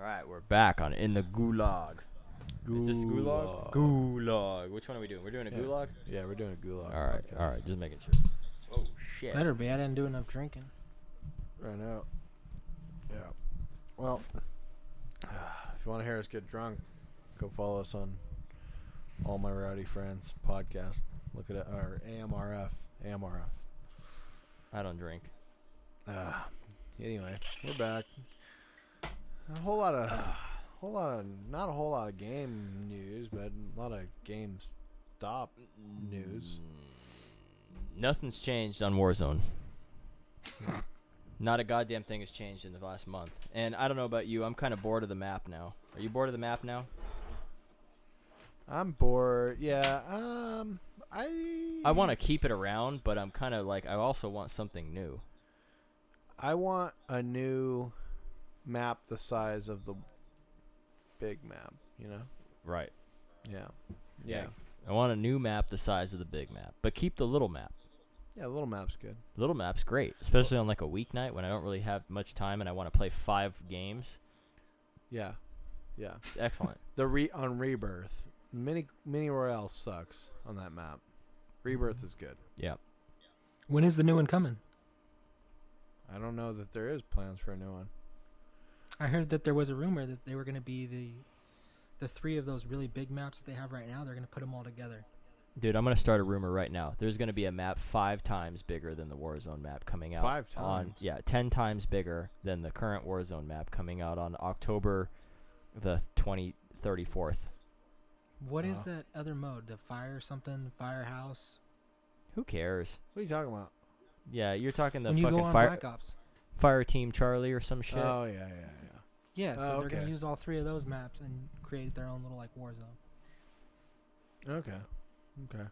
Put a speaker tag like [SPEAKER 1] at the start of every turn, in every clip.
[SPEAKER 1] right, we're back on in the gulag. Is this gulag? Gulag. Which one are we doing? We're doing a
[SPEAKER 2] Yeah.
[SPEAKER 1] gulag.
[SPEAKER 2] Yeah, we're doing a gulag.
[SPEAKER 1] All right,
[SPEAKER 2] podcast
[SPEAKER 1] all right. Just making sure. Oh shit.
[SPEAKER 3] Better be. I didn't do enough drinking.
[SPEAKER 2] Right now. Yeah. Well, if you want to hear us get drunk, go follow us on All My Rowdy Friends podcast. Look at it, our AMRF. AMRF.
[SPEAKER 1] I don't drink.
[SPEAKER 2] Uh, anyway, we're back. A whole lot of, whole lot of, not a whole lot of game news, but a lot of game stop news.
[SPEAKER 1] Mm. Nothing's changed on Warzone. Not a goddamn thing has changed in the last month. And I don't know about you, I'm kind of bored of the map now. Are you bored of the map now?
[SPEAKER 2] I'm bored. Yeah. Um. I.
[SPEAKER 1] I want to keep it around, but I'm kind of like I also want something new.
[SPEAKER 2] I want a new map the size of the big map, you know?
[SPEAKER 1] Right.
[SPEAKER 2] Yeah.
[SPEAKER 1] Yeah. I want a new map the size of the big map, but keep the little map.
[SPEAKER 2] Yeah, little map's good.
[SPEAKER 1] Little map's great, especially on like a weeknight when I don't really have much time and I want to play 5 games.
[SPEAKER 2] Yeah. Yeah.
[SPEAKER 1] It's excellent.
[SPEAKER 2] The re on rebirth. Mini mini royale sucks on that map. Rebirth is good.
[SPEAKER 1] yeah.
[SPEAKER 3] When is the new one coming?
[SPEAKER 2] I don't know that there is plans for a new one.
[SPEAKER 3] I heard that there was a rumor that they were going to be the the three of those really big maps that they have right now. They're going to put them all together.
[SPEAKER 1] Dude, I'm gonna start a rumor right now. There's gonna be a map five times bigger than the Warzone map coming out.
[SPEAKER 2] Five
[SPEAKER 1] On,
[SPEAKER 2] times?
[SPEAKER 1] yeah, ten times bigger than the current Warzone map coming out on October the twenty thirty fourth.
[SPEAKER 3] What
[SPEAKER 1] Oh.
[SPEAKER 3] is
[SPEAKER 2] Wow.
[SPEAKER 3] that other mode? The fire something, firehouse.
[SPEAKER 1] Who cares?
[SPEAKER 2] What are you talking about?
[SPEAKER 1] Yeah, you're talking the
[SPEAKER 3] when you go
[SPEAKER 1] fucking
[SPEAKER 3] on
[SPEAKER 1] fire
[SPEAKER 3] Black Ops.
[SPEAKER 1] fire team Charlie or some shit.
[SPEAKER 2] Oh yeah, yeah, yeah.
[SPEAKER 3] Yeah, so
[SPEAKER 2] Oh,
[SPEAKER 3] they're going
[SPEAKER 2] okay.
[SPEAKER 3] to use all three of those maps and create their own little like war zone.
[SPEAKER 2] Okay. Okay.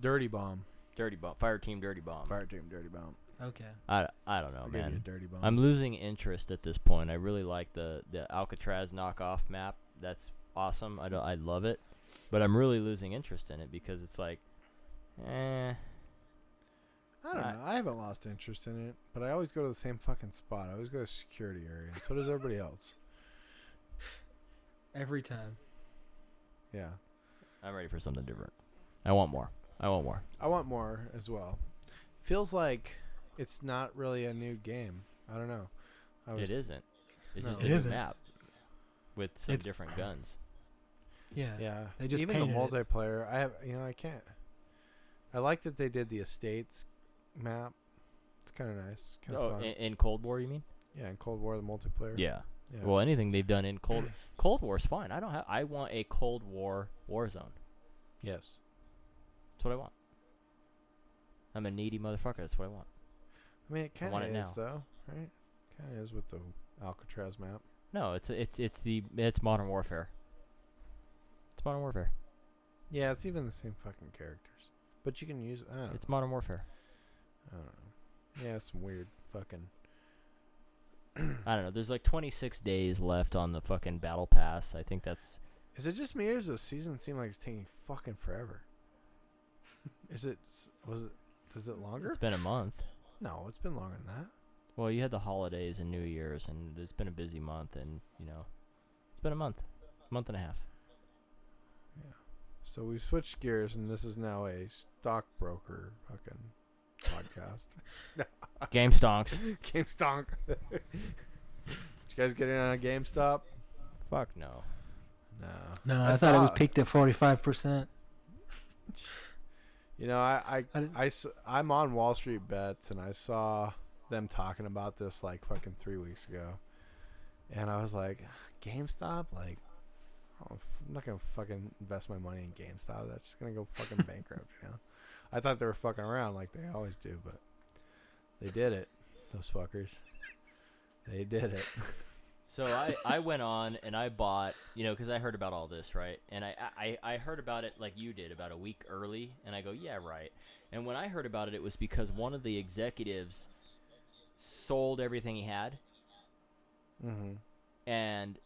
[SPEAKER 2] Dirty bomb.
[SPEAKER 1] dirty bomb. Fire team dirty bomb.
[SPEAKER 2] Fire team dirty bomb.
[SPEAKER 3] Okay.
[SPEAKER 1] I, I don't know,
[SPEAKER 2] I'll give you
[SPEAKER 1] man.
[SPEAKER 2] a dirty bomb.
[SPEAKER 1] I'm losing interest at this point. I really like the the Alcatraz knockoff map. That's awesome. I don't, I love it, but I'm really losing interest in it because it's like, eh.
[SPEAKER 2] I don't
[SPEAKER 1] I-
[SPEAKER 2] know. I haven't lost interest in it, but I always go to the same fucking spot. I always go to security area, and so does everybody else.
[SPEAKER 3] Every time.
[SPEAKER 2] Yeah,
[SPEAKER 1] I'm ready for something different. I want more. I want more.
[SPEAKER 2] I want more as well. Feels like it's not really a new game. I don't know. I
[SPEAKER 1] It isn't. It's
[SPEAKER 2] No.
[SPEAKER 1] just
[SPEAKER 2] It
[SPEAKER 1] a new
[SPEAKER 3] isn't.
[SPEAKER 1] map with some
[SPEAKER 3] It's-
[SPEAKER 1] different guns.
[SPEAKER 3] Yeah.
[SPEAKER 2] Yeah,
[SPEAKER 3] They just
[SPEAKER 2] even the
[SPEAKER 3] painted it.
[SPEAKER 2] multiplayer. I have you know I can't. I like that they did the estates map. It's kind of nice. Kind of
[SPEAKER 1] Oh,
[SPEAKER 2] fun.
[SPEAKER 1] in, in Cold War, you mean?
[SPEAKER 2] yeah, in Cold War the multiplayer.
[SPEAKER 1] Yeah.
[SPEAKER 2] yeah.
[SPEAKER 1] Well, anything they've done in Cold Cold War's fine. I don't have. I want a Cold War Warzone. That's
[SPEAKER 2] yes.
[SPEAKER 1] what I want. I'm a needy motherfucker. That's what I want.
[SPEAKER 2] I mean, it
[SPEAKER 1] I
[SPEAKER 2] kind
[SPEAKER 1] want
[SPEAKER 2] of is
[SPEAKER 1] it now.
[SPEAKER 2] though, right? Kind of is with the Alcatraz map.
[SPEAKER 1] No, it's it's it's the it's Modern Warfare. It's Modern Warfare.
[SPEAKER 2] Yeah, it's even the same fucking characters. But you can use. I don't,
[SPEAKER 1] It's Modern Warfare.
[SPEAKER 2] I don't know. Yeah, it's some weird fucking.
[SPEAKER 1] I don't know. There's like 26 days left on the fucking battle pass. I think that's
[SPEAKER 2] Is it just me or does the season seem like it's taking fucking forever? Is it? s- Was it? Is it longer?
[SPEAKER 1] it's been a month.
[SPEAKER 2] no, it's been longer than that.
[SPEAKER 1] Well, you had the holidays and New Year's, and it's been a busy month, and you know, it's been a month, month and a half.
[SPEAKER 2] So we switched gears, and this is now a stockbroker fucking podcast.
[SPEAKER 1] Game stonks.
[SPEAKER 2] GameStonk. Did you guys get in on GameStop?
[SPEAKER 1] Fuck no.
[SPEAKER 2] No.
[SPEAKER 3] No,
[SPEAKER 2] I
[SPEAKER 3] I, thought it was
[SPEAKER 2] saw-
[SPEAKER 3] peaked at 45%.
[SPEAKER 2] You know, I, I
[SPEAKER 3] I didn't-
[SPEAKER 2] I s- I'm on Wall Street Bets, and I saw them talking about this like fucking three weeks ago, and I was like, GameStop, like, I don't f- I'm not gonna fucking invest my money in GameStop. That's just gonna go fucking bankrupt, you know. I thought they were fucking around like they always do, but they did it. Those fuckers, they did it.
[SPEAKER 1] So I, I went on and I bought, you know, because I heard about all this, right? And I, I, I heard about it like you did about a week early. And I go, yeah, right. And when I heard about it, it was because one of the executives sold everything he had
[SPEAKER 2] Mm-hmm.
[SPEAKER 1] and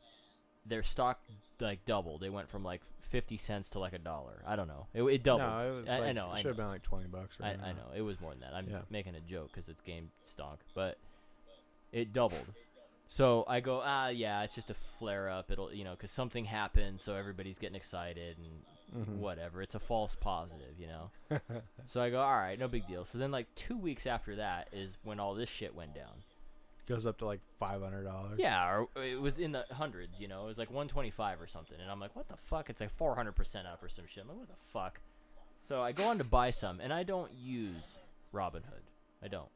[SPEAKER 1] their stock like doubled. It went from like 50 cents to like a dollar. I don't know. It, it doubled.
[SPEAKER 2] No, it was
[SPEAKER 1] I, I
[SPEAKER 2] like,
[SPEAKER 1] know. I
[SPEAKER 2] It should
[SPEAKER 1] know.
[SPEAKER 2] have been like twenty bucks.
[SPEAKER 1] I,
[SPEAKER 2] Right
[SPEAKER 1] I know it was more than that. I'm
[SPEAKER 2] Yeah.
[SPEAKER 1] making a joke because it's game stonk, but it doubled. So I go, ah, yeah, it's just a flare up. It'll, you know, because something happened, so everybody's getting excited and
[SPEAKER 2] Mm-hmm.
[SPEAKER 1] whatever. It's a false positive, you know. so I go, all right, no big deal. So then, like two weeks after that is when all this shit went down.
[SPEAKER 2] Goes up to like five hundred dollars.
[SPEAKER 1] Yeah, or it was in the hundreds, you know. It was like 125 or something. And I'm like, what the fuck? It's like 400% up or some shit. I'm like, what the fuck? So I go on to buy some, and I don't use Robinhood. I don't.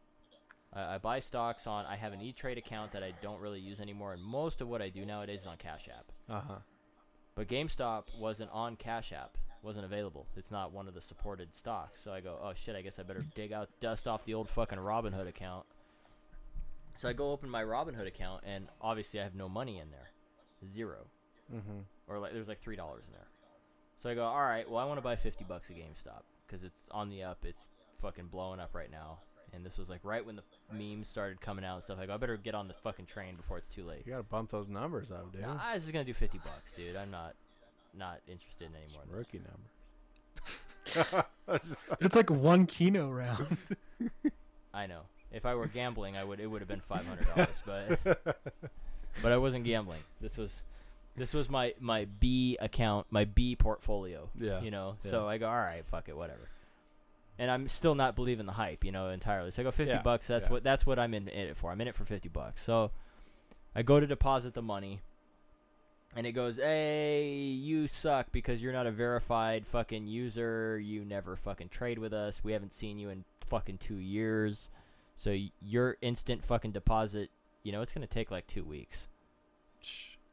[SPEAKER 1] I, I buy stocks on, I have an E Trade account that I don't really use anymore, and most of what I do nowadays is on Cash App.
[SPEAKER 2] Uh huh.
[SPEAKER 1] But GameStop wasn't on Cash App, wasn't available. It's not one of the supported stocks. So I go, oh shit, I guess I better dig out, dust off the old fucking Robinhood account. So I go open my Robinhood account, and obviously I have no money in there, 0 Mm-hmm. Or like there's like three dollars in there. So I go, all right, well I want to buy fifty bucks at GameStop because it's on the up. It's fucking blowing up right now. And this was like right when the memes started coming out and stuff. I go, I better get on the fucking train before it's too late.
[SPEAKER 2] You gotta bump those numbers up, dude.
[SPEAKER 1] I was just gonna do fifty bucks, dude. I'm not not interested in anymore.
[SPEAKER 2] Rookie numbers.
[SPEAKER 3] It's like one keno round.
[SPEAKER 1] I know. If I were gambling, I would. It would have been five hundred dollars, but but I wasn't gambling. This was this was my my B account, my B portfolio.
[SPEAKER 2] Yeah,
[SPEAKER 1] you know.
[SPEAKER 2] yeah.
[SPEAKER 1] So I go, all right, fuck it, whatever. And I'm still not believing the hype, you know, entirely. So I go fifty
[SPEAKER 2] Yeah,
[SPEAKER 1] bucks. That's
[SPEAKER 2] yeah.
[SPEAKER 1] what that's what I'm in, in it for. I'm in it for fifty bucks. So I go to deposit the money, and it goes, "Hey, you suck because you're not a verified fucking user. You never fucking trade with us. We haven't seen you in fucking two years. So y- your instant fucking deposit, you know, it's gonna take like two weeks."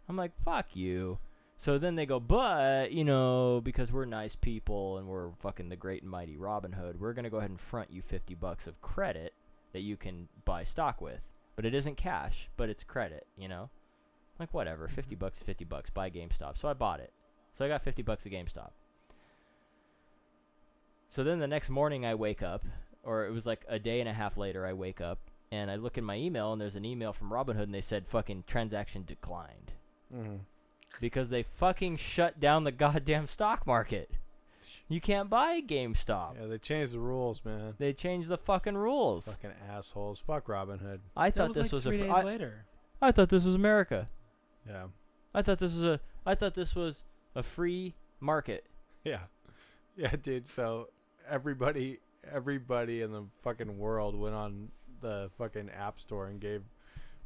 [SPEAKER 1] I'm like, "Fuck you." So then they go, "But you know, because we're nice people and we're fucking the great and mighty Robin Hood, we're gonna go ahead and front you fifty bucks of credit that you can buy stock with, but it isn't cash, but it's credit, you know." like whatever, fifty bucks, fifty bucks. Buy GameStop. So I bought it. So I got fifty bucks at GameStop. So then the next morning I wake up, or it was like a day and a half later. I wake up and I look in my email, and there's an email from Robinhood, and they said fucking transaction declined
[SPEAKER 2] Mhm.
[SPEAKER 1] because they fucking shut down the goddamn stock market. You can't buy GameStop.
[SPEAKER 2] Yeah, they changed the rules, man.
[SPEAKER 1] They changed the fucking rules.
[SPEAKER 2] Fucking assholes. Fuck Robin Hood.
[SPEAKER 1] I
[SPEAKER 3] That
[SPEAKER 1] thought this
[SPEAKER 3] like
[SPEAKER 1] was
[SPEAKER 3] three
[SPEAKER 1] a.
[SPEAKER 3] days
[SPEAKER 1] fr- I,
[SPEAKER 3] later.
[SPEAKER 1] I thought this was America.
[SPEAKER 2] Yeah.
[SPEAKER 1] I thought this was a. I thought this was a free market.
[SPEAKER 2] Yeah. Yeah, dude. So everybody everybody in the fucking world went on the fucking app store and gave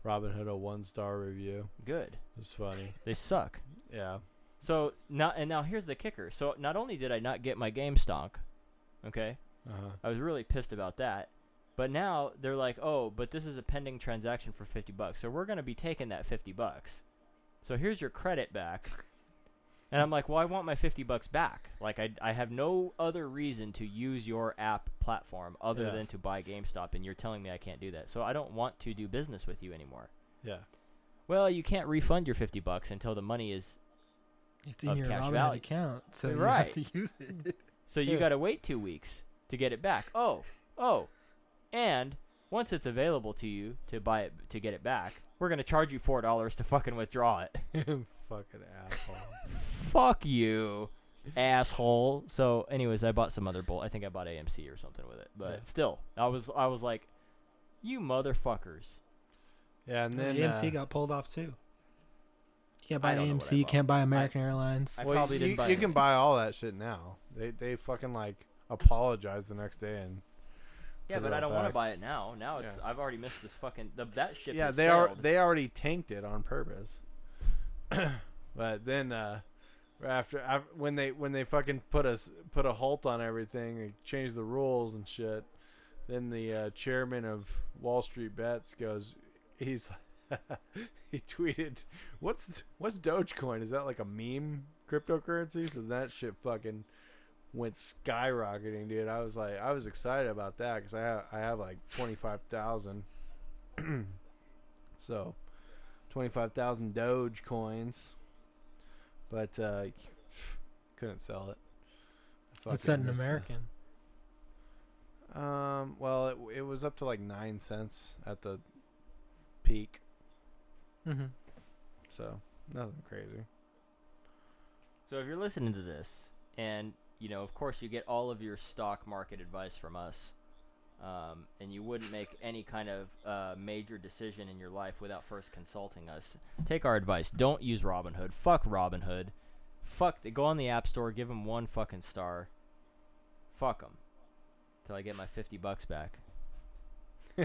[SPEAKER 2] Robin Hood a one star review.
[SPEAKER 1] Good.
[SPEAKER 2] It's funny.
[SPEAKER 1] They suck.
[SPEAKER 2] Yeah.
[SPEAKER 1] So now and now here's the kicker. So not only did I not get my game stonk, okay,
[SPEAKER 2] Uh-huh.
[SPEAKER 1] I was really pissed about that. But now they're like, oh, but this is a pending transaction for fifty bucks, so we're gonna be taking that fifty bucks. So here's your credit back. And I'm like, well, I want my fifty bucks back. Like I, I have no other reason to use your app platform other
[SPEAKER 2] Yeah.
[SPEAKER 1] than to buy GameStop, and you're telling me I can't do that. So I don't want to do business with you anymore.
[SPEAKER 2] Yeah.
[SPEAKER 1] Well, you can't refund your fifty bucks until the money is
[SPEAKER 3] It's in
[SPEAKER 1] Of
[SPEAKER 3] your
[SPEAKER 1] cash
[SPEAKER 3] Robinhood
[SPEAKER 1] value.
[SPEAKER 3] account, so
[SPEAKER 1] Right.
[SPEAKER 3] you have to use it.
[SPEAKER 1] So you
[SPEAKER 2] Yeah.
[SPEAKER 1] got to wait two weeks to get it back. Oh, oh, and once it's available to you to buy it to get it back, we're gonna charge you four dollars to fucking withdraw it.
[SPEAKER 2] fucking asshole.
[SPEAKER 1] Fuck you, asshole. So, anyways, I bought some other bull. I think I bought AMC or something with it, but
[SPEAKER 2] Yeah.
[SPEAKER 1] still, I was I was like, you motherfuckers.
[SPEAKER 2] Yeah, and then
[SPEAKER 3] AMC
[SPEAKER 2] uh,
[SPEAKER 3] got pulled off too. You can't
[SPEAKER 1] I
[SPEAKER 3] buy
[SPEAKER 1] don't know what
[SPEAKER 3] AMC.
[SPEAKER 1] I
[SPEAKER 3] You
[SPEAKER 1] bought.
[SPEAKER 3] can't buy American Airlines.
[SPEAKER 1] I
[SPEAKER 2] well,
[SPEAKER 1] probably
[SPEAKER 2] you,
[SPEAKER 1] didn't buy.
[SPEAKER 2] You
[SPEAKER 1] any.
[SPEAKER 2] can buy all that shit now. They they fucking like apologize the next day and
[SPEAKER 1] yeah,
[SPEAKER 2] put
[SPEAKER 1] but
[SPEAKER 2] it
[SPEAKER 1] I
[SPEAKER 2] all
[SPEAKER 1] don't want to
[SPEAKER 2] back.
[SPEAKER 1] buy it now. Now it's
[SPEAKER 2] Yeah.
[SPEAKER 1] I've already missed this fucking the, that ship.
[SPEAKER 2] yeah
[SPEAKER 1] has
[SPEAKER 2] they are
[SPEAKER 1] sailed.
[SPEAKER 2] they already tanked it on purpose but then uh after, af- when they when they fucking put us put a halt on everything they changed the rules and shit then the uh, chairman of wall street bets goes he's he tweeted what's what's dogecoin is that like a meme cryptocurrency so that shit fucking went skyrocketing dude i was like i was excited about that because i have i have like 25000 so, twenty-five thousand Doge coins, but uh, couldn't sell it. I
[SPEAKER 3] What's that
[SPEAKER 2] fucking
[SPEAKER 3] in
[SPEAKER 2] missed the-
[SPEAKER 3] American?
[SPEAKER 2] um, well, it, it was up to like nine cents at the peak,
[SPEAKER 3] Mm-hmm.
[SPEAKER 2] so nothing crazy.
[SPEAKER 1] So if you're listening to this, and you know, of course, you get all of your stock market advice from us. um, and you wouldn't make any kind of uh, major decision in your life without first consulting us. Take our advice. Don't use Robinhood. Fuck Robinhood. Fuck. The, go on the App Store. Give them one fucking star. Fuck them. Till I get my fifty bucks back.
[SPEAKER 2] I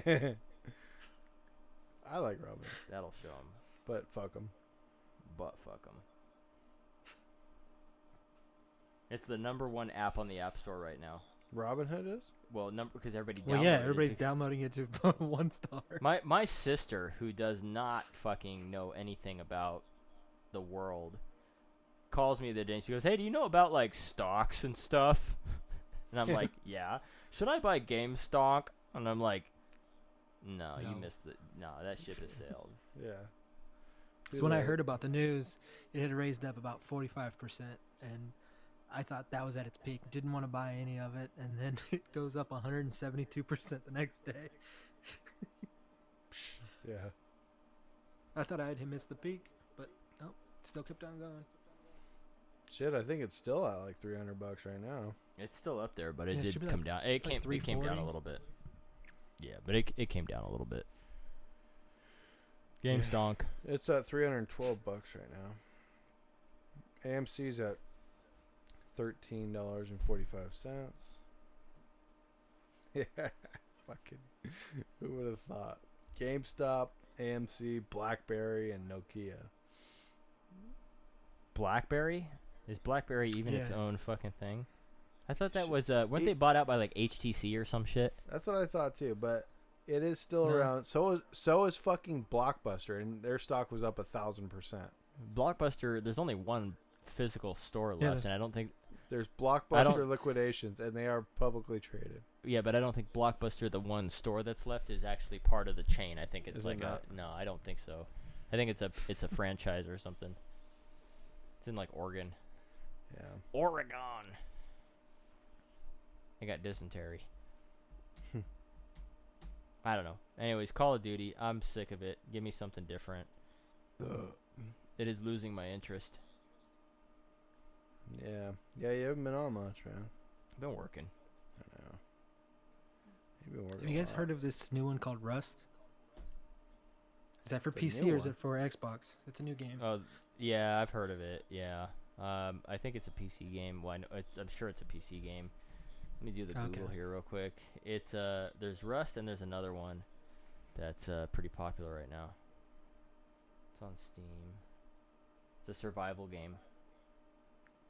[SPEAKER 2] like Robin,
[SPEAKER 1] That'll show them.
[SPEAKER 2] but fuck him.
[SPEAKER 1] But fuck them. It's the number one app on the App Store right now.
[SPEAKER 2] Robin Hood is?
[SPEAKER 1] Well, number because everybody.
[SPEAKER 3] Well, yeah,
[SPEAKER 1] downloaded it
[SPEAKER 3] everybody's
[SPEAKER 1] to-
[SPEAKER 3] downloading it to put one star.
[SPEAKER 1] My my sister, who does not fucking know anything about the world, calls me the day and she goes, "Hey, do you know about like stocks and stuff?" And I'm like, "Yeah." Should I buy GameStop? And I'm like, "No, you
[SPEAKER 3] No.
[SPEAKER 1] missed the no. That ship has sailed."
[SPEAKER 2] Yeah.
[SPEAKER 3] So when I heard about the news, it had raised up about 45%, and I thought that was at its peak. Didn't want to buy any of it, and then it goes up 172% the next day.
[SPEAKER 2] Yeah.
[SPEAKER 3] I thought I had missed the peak, but nope, still kept on going.
[SPEAKER 2] Shit, I think it's still at like 300 bucks right now.
[SPEAKER 1] It's still up there, but it
[SPEAKER 3] Yeah, it should
[SPEAKER 1] did
[SPEAKER 3] be, like-
[SPEAKER 1] come down. It
[SPEAKER 3] like
[SPEAKER 1] came it came down a
[SPEAKER 3] 340.
[SPEAKER 1] little bit. Yeah, but it it came down a little bit. GameStonk.
[SPEAKER 2] It's at 312 bucks right now. AMC's at $13.45. Yeah. Fucking. Who would have thought? GameStop, AMC, BlackBerry, and Nokia.
[SPEAKER 1] BlackBerry? Is BlackBerry even its
[SPEAKER 3] Yeah.
[SPEAKER 1] own fucking thing? I thought that
[SPEAKER 2] Sh-
[SPEAKER 1] was uh weren't
[SPEAKER 2] it-
[SPEAKER 1] they bought out by like HTC or some shit?
[SPEAKER 2] That's what I thought too, but it is still
[SPEAKER 3] No.
[SPEAKER 2] around. So is so is fucking Blockbuster, and their stock was up a thousand percent.
[SPEAKER 1] Blockbuster, there's only one physical store
[SPEAKER 3] Yeah,
[SPEAKER 1] left and
[SPEAKER 3] there's-
[SPEAKER 1] I don't think
[SPEAKER 2] There's
[SPEAKER 1] I don't-
[SPEAKER 2] Blockbuster liquidations, and they are publicly traded.
[SPEAKER 1] yeah, but I don't think Blockbuster the one store that's left is actually part of the chain. I think it's
[SPEAKER 2] Is it
[SPEAKER 1] like a
[SPEAKER 2] not?
[SPEAKER 1] no, I don't think so. I think it's a it's a franchise or something. It's in like Oregon.
[SPEAKER 2] Yeah,
[SPEAKER 1] Oregon. I got dysentery. I don't know. Anyways, Call of Duty, I'm sick of it. Give me something different. It is losing my interest.
[SPEAKER 2] yeah, yeah. You haven't been on much, man.
[SPEAKER 1] I've been working.
[SPEAKER 2] I know. You've been working.
[SPEAKER 3] Have you guys heard of this new one called Rust? Is that for
[SPEAKER 2] The
[SPEAKER 3] PC
[SPEAKER 2] new
[SPEAKER 3] or is
[SPEAKER 2] one?
[SPEAKER 3] it for Xbox? It's a new game.
[SPEAKER 1] Oh, yeah, I've heard of it. Yeah. Um, I think it's a PC game. Well, I know it's, I'm sure it's a PC game. Let me do the
[SPEAKER 3] Okay.
[SPEAKER 1] Google here real quick. It's uh, there's Rust and there's another one that's uh, pretty popular right now. It's on Steam. It's a survival game.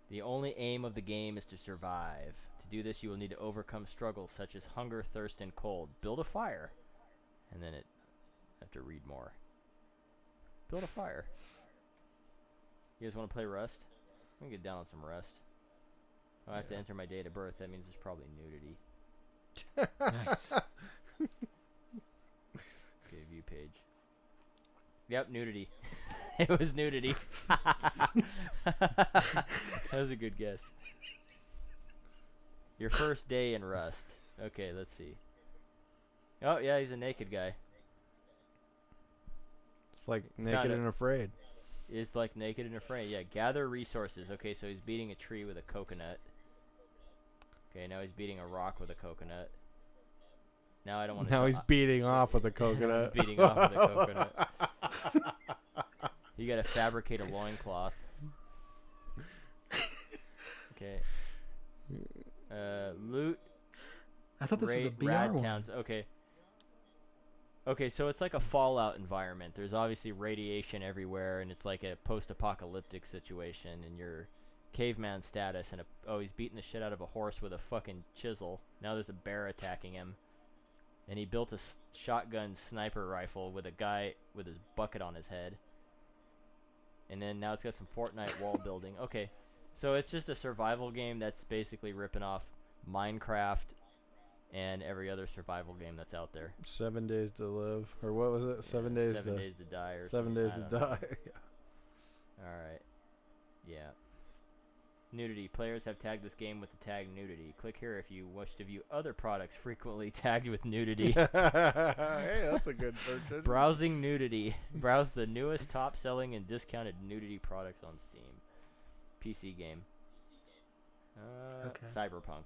[SPEAKER 1] The only aim of the game is to survive. To do this, you will need to overcome struggles such as hunger, thirst, and cold. Build a fire, and then it. I have to read more. Build a fire. You guys want to play Rust? I'm gonna get down on some Rust. Oh, I have to
[SPEAKER 2] Yeah.
[SPEAKER 1] enter my date of birth. That means there's probably nudity.
[SPEAKER 3] nice.
[SPEAKER 1] Okay, view page. Yep, nudity. it was nudity. that was a good guess. Your first day in Rust. Okay, let's see. Oh yeah, he's a naked guy.
[SPEAKER 2] It's like
[SPEAKER 1] Found
[SPEAKER 2] naked
[SPEAKER 1] it.
[SPEAKER 2] and afraid.
[SPEAKER 1] It's like naked and afraid. Yeah, gather resources. Okay, so he's beating a tree with a coconut. Okay, now he's beating a rock with a coconut. Now I don't want to.
[SPEAKER 2] Now he's beating off with a coconut.
[SPEAKER 1] beating off with a coconut. You gotta fabricate a loincloth. Okay. Uh, loot
[SPEAKER 3] I thought this was a
[SPEAKER 1] raid
[SPEAKER 3] BR
[SPEAKER 1] rad
[SPEAKER 3] one.
[SPEAKER 1] towns. Okay. Okay, so it's like a Fallout environment. There's obviously radiation everywhere, and it's like a post-apocalyptic situation. And your caveman status, and a, oh, he's beating the shit out of a horse with a fucking chisel. Now there's a bear attacking him, and he built a s- shotgun sniper rifle with a guy with his bucket on his head. And then now it's got some Fortnite wall building. Okay, so it's just a survival game that's basically ripping off Minecraft and every other survival game that's out there.
[SPEAKER 2] Seven days to live, or what was it? Seven
[SPEAKER 1] Yeah,
[SPEAKER 2] days.
[SPEAKER 1] Seven
[SPEAKER 2] to,
[SPEAKER 1] days to die. Or
[SPEAKER 2] Seven
[SPEAKER 1] something,
[SPEAKER 2] days
[SPEAKER 1] I
[SPEAKER 2] to
[SPEAKER 1] don't know.
[SPEAKER 2] die.
[SPEAKER 1] All right. Yeah. Nudity. Players have tagged this game with the tag nudity. Click here if you wish to view other products frequently tagged with nudity.
[SPEAKER 2] hey, that's a good search. engine.
[SPEAKER 1] Browsing nudity. Browse the newest top selling and discounted nudity products on Steam. PC game. Uh,
[SPEAKER 3] Okay.
[SPEAKER 1] Cyberpunk.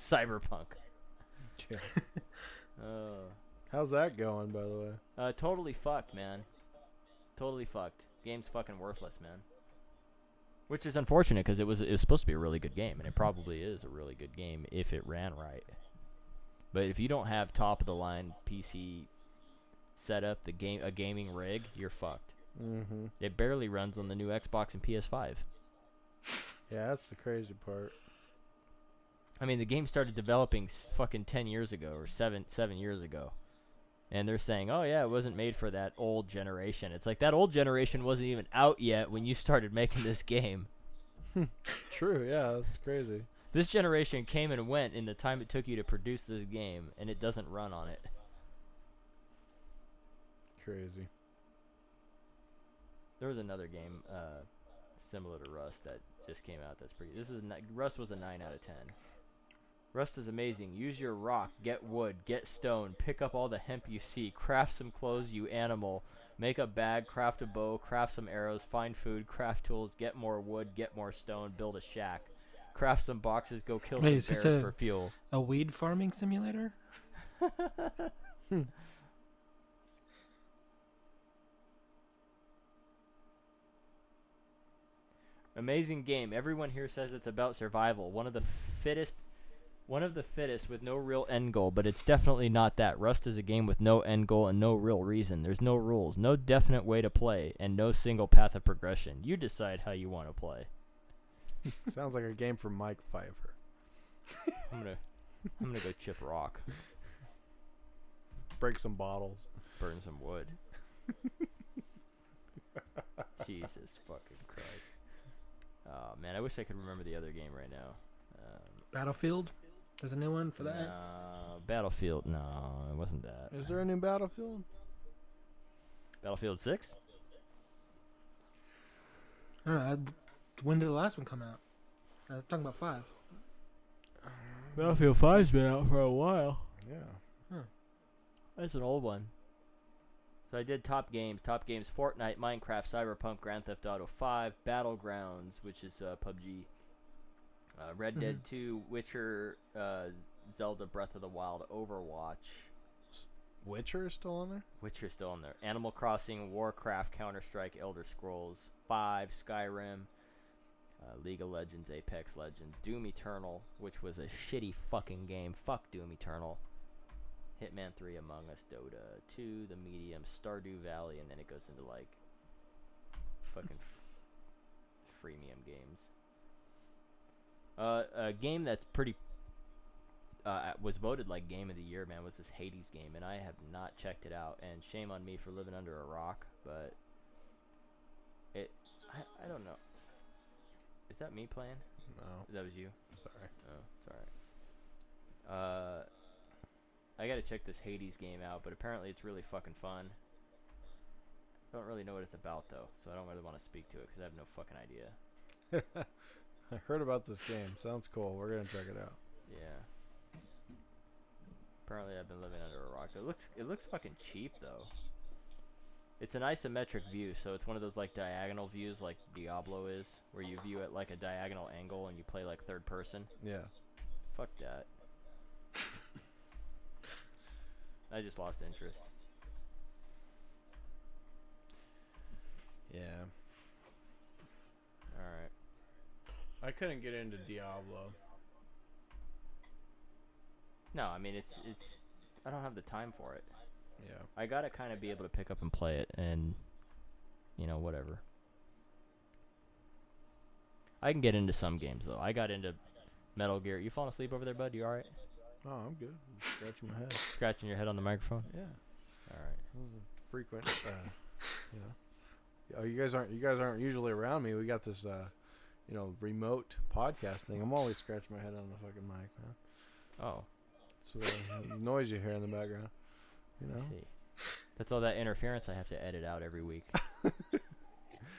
[SPEAKER 1] Cyberpunk. Oh.
[SPEAKER 2] How's that going, by the way?
[SPEAKER 1] Uh, totally fucked, man. Totally fucked. Game's fucking worthless, man. Which is unfortunate because it was it was supposed to be a really good game, and it probably is a really good game if it ran right. But if you don't have top of the line PC setup, the game a gaming rig, you're fucked.
[SPEAKER 2] Mm-hmm.
[SPEAKER 1] It barely runs on the new Xbox and PS5.
[SPEAKER 2] Yeah, that's the crazy part.
[SPEAKER 1] I mean, the game started developing s- fucking ten years ago or seven seven years ago, and they're saying, "Oh yeah, it wasn't made for that old generation." It's like that old generation wasn't even out yet when you started making this game.
[SPEAKER 2] True. Yeah, that's crazy.
[SPEAKER 1] This generation came and went in the time it took you to produce this game, and it doesn't run on it.
[SPEAKER 2] Crazy.
[SPEAKER 1] There was another game uh, similar to Rust that just came out. That's pretty. This is a, ni- Rust was a nine out of ten. Rust is amazing. Use your rock, get wood, get stone, pick up all the hemp you see, craft some clothes, you animal, make a bag, craft a bow, craft some arrows, find food, craft tools, get more wood, get more stone, build a shack, craft some boxes, go kill
[SPEAKER 3] Wait, is
[SPEAKER 1] some
[SPEAKER 3] this
[SPEAKER 1] bears
[SPEAKER 3] a-
[SPEAKER 1] for fuel.
[SPEAKER 3] A weed farming simulator?
[SPEAKER 1] Amazing game. Everyone here says it's about survival. One of the fittest one of the fittest with no real end goal, but it's definitely not that. Rust is a game with no end goal and no real reason. There's no rules, no definite way to play, and no single path of progression. You decide how you want to play.
[SPEAKER 2] Sounds like a game for Mike Pfeiffer.
[SPEAKER 1] I'm going to I'm going to go chip rock,
[SPEAKER 2] Break some bottles.
[SPEAKER 1] burn some wood. Jesus fucking Christ. Oh man, I wish I could remember the other game right now. Um,
[SPEAKER 3] Battlefield? There's a new one for that?
[SPEAKER 1] No, Battlefield. No, it wasn't that.
[SPEAKER 2] Is there a new Battlefield?
[SPEAKER 1] Battlefield Six?
[SPEAKER 3] I don't know. I- When did the last one come out? I was talking about five.
[SPEAKER 1] Battlefield Five's been out for a while.
[SPEAKER 2] Yeah.
[SPEAKER 1] That's an old one. So I did top games. Top games: Fortnite, Minecraft, Cyberpunk, Grand Theft Auto Five, Battlegrounds, which is uh, PUBG, uh, Red Dead Two, Witcher, uh, Zelda: Breath of the Wild, Overwatch.
[SPEAKER 2] Witcher is still on there?
[SPEAKER 1] Witcher still on there. Animal Crossing, Warcraft, Counter Strike, Elder Scrolls Five, Skyrim, uh, League of Legends, Apex Legends, Doom Eternal, which was a shitty fucking game. Fuck Doom Eternal. Hitman Three, Among Us, Dota Two, The Medium, Stardew Valley, and then it goes into like fucking f- freemium games. Uh, a game that's pretty uh, was voted like game of the year, man, was this Hades game, and I have not checked it out. And shame on me for living under a rock, but it, I, I don't know. Is that me playing?
[SPEAKER 2] No.
[SPEAKER 1] That was you.
[SPEAKER 2] Sorry.
[SPEAKER 1] Oh, it's alright. Uh, I gotta check this Hades game out, but apparently it's really fucking fun. I don't really know what it's about though, so I don't really want to speak to it because I have no fucking idea.
[SPEAKER 2] I heard about this game. Sounds cool. We're gonna check it out.
[SPEAKER 1] Yeah. Apparently, I've been living under a rock. It looks it looks fucking cheap though. It's an isometric view, so it's one of those like diagonal views, like Diablo is, where you view it like a diagonal angle and you play like third person.
[SPEAKER 2] Yeah.
[SPEAKER 1] Fuck that. I just lost interest.
[SPEAKER 2] Yeah.
[SPEAKER 1] All right.
[SPEAKER 2] I couldn't get into Diablo.
[SPEAKER 1] No, I mean it's it's. I don't have the time for it.
[SPEAKER 2] Yeah.
[SPEAKER 1] I gotta kind of be able to pick up and play it, and you know, whatever. I can get into some games though. I got into Metal Gear. You falling asleep over there, bud? You all right?
[SPEAKER 2] Oh, I'm good. I'm scratching my head.
[SPEAKER 1] Scratching your head on the microphone.
[SPEAKER 2] Yeah.
[SPEAKER 1] All right.
[SPEAKER 2] That was a frequent. Uh, you know. Oh, you guys aren't. You guys aren't usually around me. We got this. Uh, you know, remote podcast thing. I'm always scratching my head on the fucking mic, man.
[SPEAKER 1] Oh,
[SPEAKER 2] So the noise you hear in the background. You
[SPEAKER 1] I
[SPEAKER 2] know.
[SPEAKER 1] see. That's all that interference I have to edit out every week.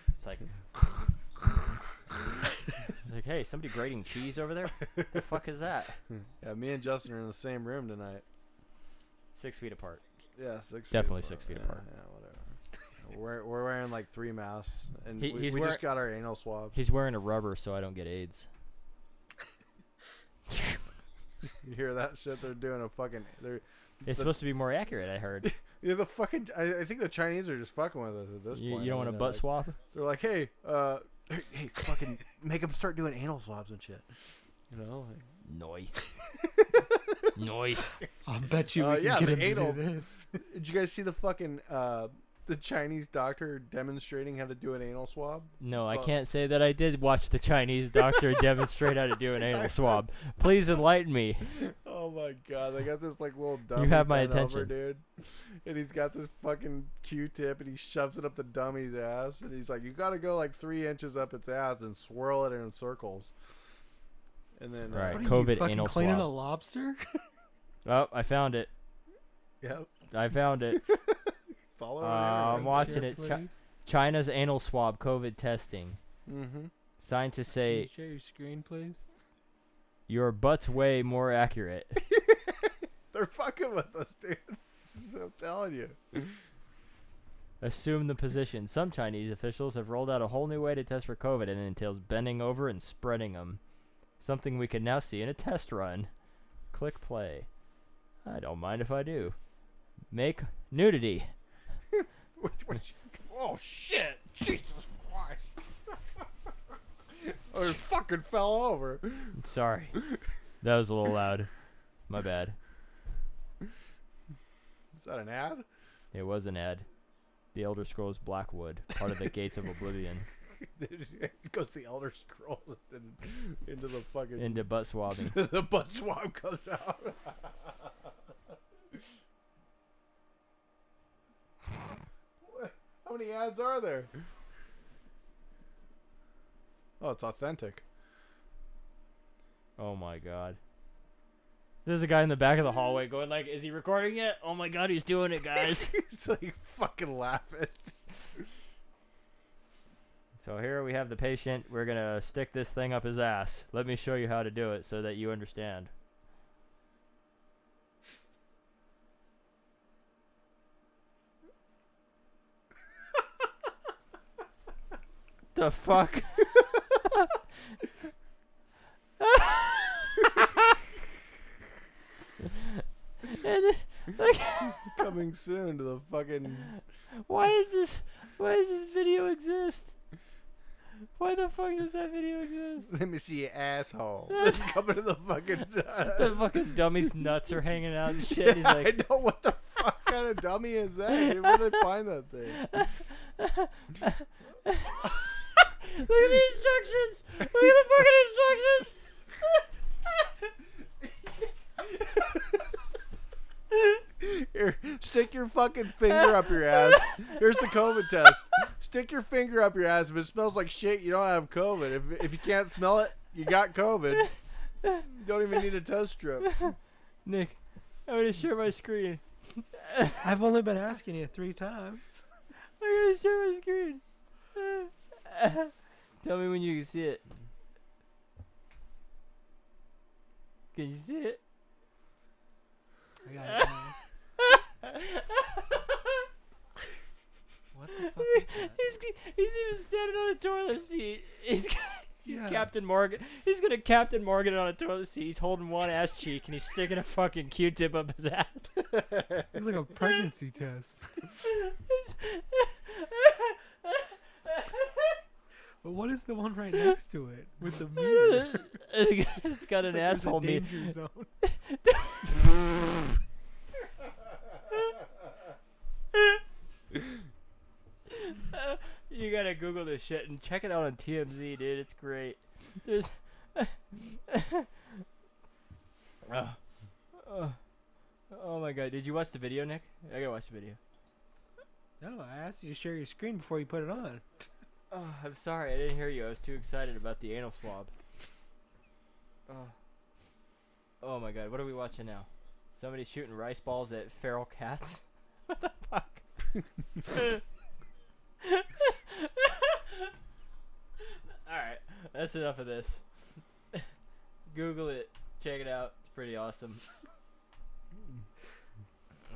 [SPEAKER 1] it's like, It's like, hey, somebody grating cheese over there? the fuck is that?
[SPEAKER 2] Yeah, me and Justin are in the same room tonight.
[SPEAKER 1] Six feet apart.
[SPEAKER 2] Yeah, six.
[SPEAKER 1] Definitely
[SPEAKER 2] feet apart.
[SPEAKER 1] six feet
[SPEAKER 2] yeah,
[SPEAKER 1] apart.
[SPEAKER 2] Yeah, whatever. we're we're wearing like three masks, and
[SPEAKER 1] He-
[SPEAKER 2] we,
[SPEAKER 1] he's
[SPEAKER 2] we
[SPEAKER 1] wear-
[SPEAKER 2] just got our anal swabs.
[SPEAKER 1] He's wearing a rubber so I don't get AIDS.
[SPEAKER 2] You hear that shit? They're doing a fucking. They're
[SPEAKER 1] It's
[SPEAKER 2] The-
[SPEAKER 1] supposed to be more accurate. I heard.
[SPEAKER 2] yeah, the fucking. I, I think the Chinese are just fucking with us at this
[SPEAKER 1] You,
[SPEAKER 2] point.
[SPEAKER 1] you don't
[SPEAKER 2] I
[SPEAKER 1] want to
[SPEAKER 2] mean,
[SPEAKER 1] butt
[SPEAKER 2] they're
[SPEAKER 1] swap.
[SPEAKER 2] like- They're like, hey, uh, hey, hey, fucking, make them start doing anal swabs and shit. You know, like,
[SPEAKER 1] Nice. nice.
[SPEAKER 3] I bet you we
[SPEAKER 2] Uh,
[SPEAKER 3] can
[SPEAKER 2] yeah,
[SPEAKER 3] get
[SPEAKER 2] the
[SPEAKER 3] him
[SPEAKER 2] anal-
[SPEAKER 3] to do this.
[SPEAKER 2] Did you guys see the fucking uh, the Chinese doctor demonstrating how to do an anal swab?
[SPEAKER 1] No, I
[SPEAKER 2] So-
[SPEAKER 1] can't say that I did watch the Chinese doctor demonstrate how to do an anal swab. Please enlighten me.
[SPEAKER 2] Oh my god, they got this like little dummy.
[SPEAKER 1] have my
[SPEAKER 2] bent over,
[SPEAKER 1] attention.
[SPEAKER 2] dude. And he's got this fucking Q-tip, and he shoves it up the dummy's ass, and he's like, "You got to go like three inches up its ass and swirl it in circles." And then, uh,
[SPEAKER 1] Right.
[SPEAKER 3] What are
[SPEAKER 1] COVID
[SPEAKER 3] you, fucking
[SPEAKER 1] anal
[SPEAKER 3] cleaning
[SPEAKER 1] swab.
[SPEAKER 3] a lobster?
[SPEAKER 1] Oh, I found it.
[SPEAKER 2] yep,
[SPEAKER 1] I found it.
[SPEAKER 2] it's all over.
[SPEAKER 1] Uh, I'm
[SPEAKER 2] the
[SPEAKER 1] watching
[SPEAKER 3] Sure,
[SPEAKER 1] it. Chi-
[SPEAKER 3] please.
[SPEAKER 1] China's anal swab COVID testing.
[SPEAKER 2] internet. Mm-hmm.
[SPEAKER 1] Scientists
[SPEAKER 3] Can you
[SPEAKER 1] say
[SPEAKER 3] share your screen, please?
[SPEAKER 1] your butt's way more accurate.
[SPEAKER 2] They're fucking with us, dude. I'm telling you.
[SPEAKER 1] Assume the position. Some Chinese officials have rolled out a whole new way to test for COVID, and it entails bending over and spreading them. Something we can now see in a test run. Click play. I don't mind if I do. Make nudity.
[SPEAKER 2] Which- which- oh shit! Jesus Christ! or fucking fell over.
[SPEAKER 1] Sorry. That was a little loud. My bad.
[SPEAKER 2] Is that an ad?
[SPEAKER 1] It was an ad. The Elder Scrolls Blackwood, part of the Gates of Oblivion,
[SPEAKER 2] it goes the Elder Scrolls and into the fucking
[SPEAKER 1] into butt swabbing.
[SPEAKER 2] the butt swab comes out. What- How many ads are there? Oh, it's authentic.
[SPEAKER 1] Oh my god. There's a guy in the back of the hallway going like, "Is he recording yet? Oh my god, he's doing it, guys!"
[SPEAKER 2] He's like fucking laughing.
[SPEAKER 1] so here we have the patient. We're gonna stick this thing up his ass. Let me show you how to do it so that you understand. the fuck?
[SPEAKER 2] Coming soon to the fucking.
[SPEAKER 1] Why is this? Why does this video exist? Why the fuck does that video exist?
[SPEAKER 2] Let me see your asshole. It's coming to the fucking.
[SPEAKER 1] The fucking dummy's nuts are hanging out and shit. He's like,
[SPEAKER 2] I know what the fuck kind of dummy is that? Where did they find that thing?
[SPEAKER 1] look at the instructions. Look at the fucking instructions.
[SPEAKER 2] Here, stick your fucking finger up your ass. Here's the COVID test. Stick your finger up your ass. If it smells like shit, you don't have COVID. If, if you can't smell it, you got COVID. You don't even need a test strip.
[SPEAKER 1] Nick, I'm gonna share my screen.
[SPEAKER 3] I've only been asking you three times.
[SPEAKER 1] I'm gonna share my screen. Tell me when you can see it. Can you see it?
[SPEAKER 3] I got it. man. what the fuck is that?
[SPEAKER 1] He's he's even standing on a toilet seat. He's he's
[SPEAKER 3] Yeah.
[SPEAKER 1] Captain Morgan. He's gonna Captain Morgan on a toilet seat. He's holding one ass cheek and he's sticking a fucking Q-tip up his ass.
[SPEAKER 3] It's like a pregnancy test. But what is the one right next to it with the mirror?
[SPEAKER 1] it's got an
[SPEAKER 3] Like, there's a
[SPEAKER 1] asshole meat.
[SPEAKER 3] danger zone.
[SPEAKER 1] You gotta Google this shit and check it out on TMZ, dude. It's great. There's. oh. Oh. oh my god! Did you watch the video, Nick? I gotta watch the video.
[SPEAKER 3] No, I asked you to share your screen before you put it on.
[SPEAKER 1] Oh, I'm sorry, I didn't hear you. I was too excited about the anal swab. Oh. Oh my god, what are we watching now? Somebody shooting rice balls at feral cats? what the fuck? Alright, that's enough of this. Google it, check it out. It's pretty awesome.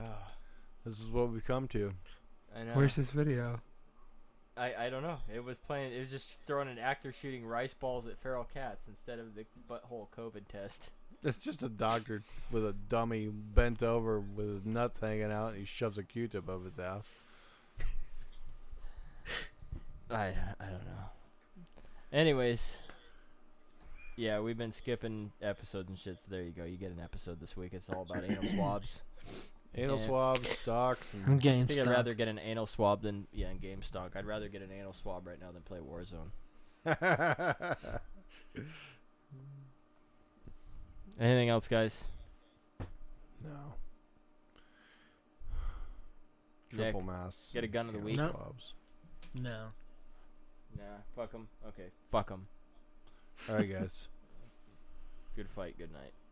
[SPEAKER 1] Oh,
[SPEAKER 2] This is what we've come to.
[SPEAKER 1] I know.
[SPEAKER 3] Where's this video?
[SPEAKER 1] I, I don't know. It was playing. It was just throwing an actor shooting rice balls at feral cats instead of the butthole COVID test.
[SPEAKER 2] It's just a doctor with a dummy bent over with his nuts hanging out, and he shoves a Q-tip up his ass.
[SPEAKER 1] I I don't know. Anyways, yeah, we've been skipping episodes and shit. So there you go. You get an episode this week. It's all about anal swabs.
[SPEAKER 2] Anal
[SPEAKER 1] Yeah.
[SPEAKER 2] swabs, stocks, and
[SPEAKER 1] I
[SPEAKER 3] Game
[SPEAKER 1] think I'd rather get an anal swab than yeah, in GameStop. I'd rather get an anal swab right now than play Warzone.
[SPEAKER 2] no.
[SPEAKER 1] Anything else, guys? Yeah,
[SPEAKER 2] Triple masks.
[SPEAKER 1] get a gun of the
[SPEAKER 2] and
[SPEAKER 1] week.
[SPEAKER 3] No.
[SPEAKER 2] swabs.
[SPEAKER 3] No.
[SPEAKER 1] Nah, fuck them. Okay, fuck them.
[SPEAKER 2] All right, guys.
[SPEAKER 1] Good fight. Good night.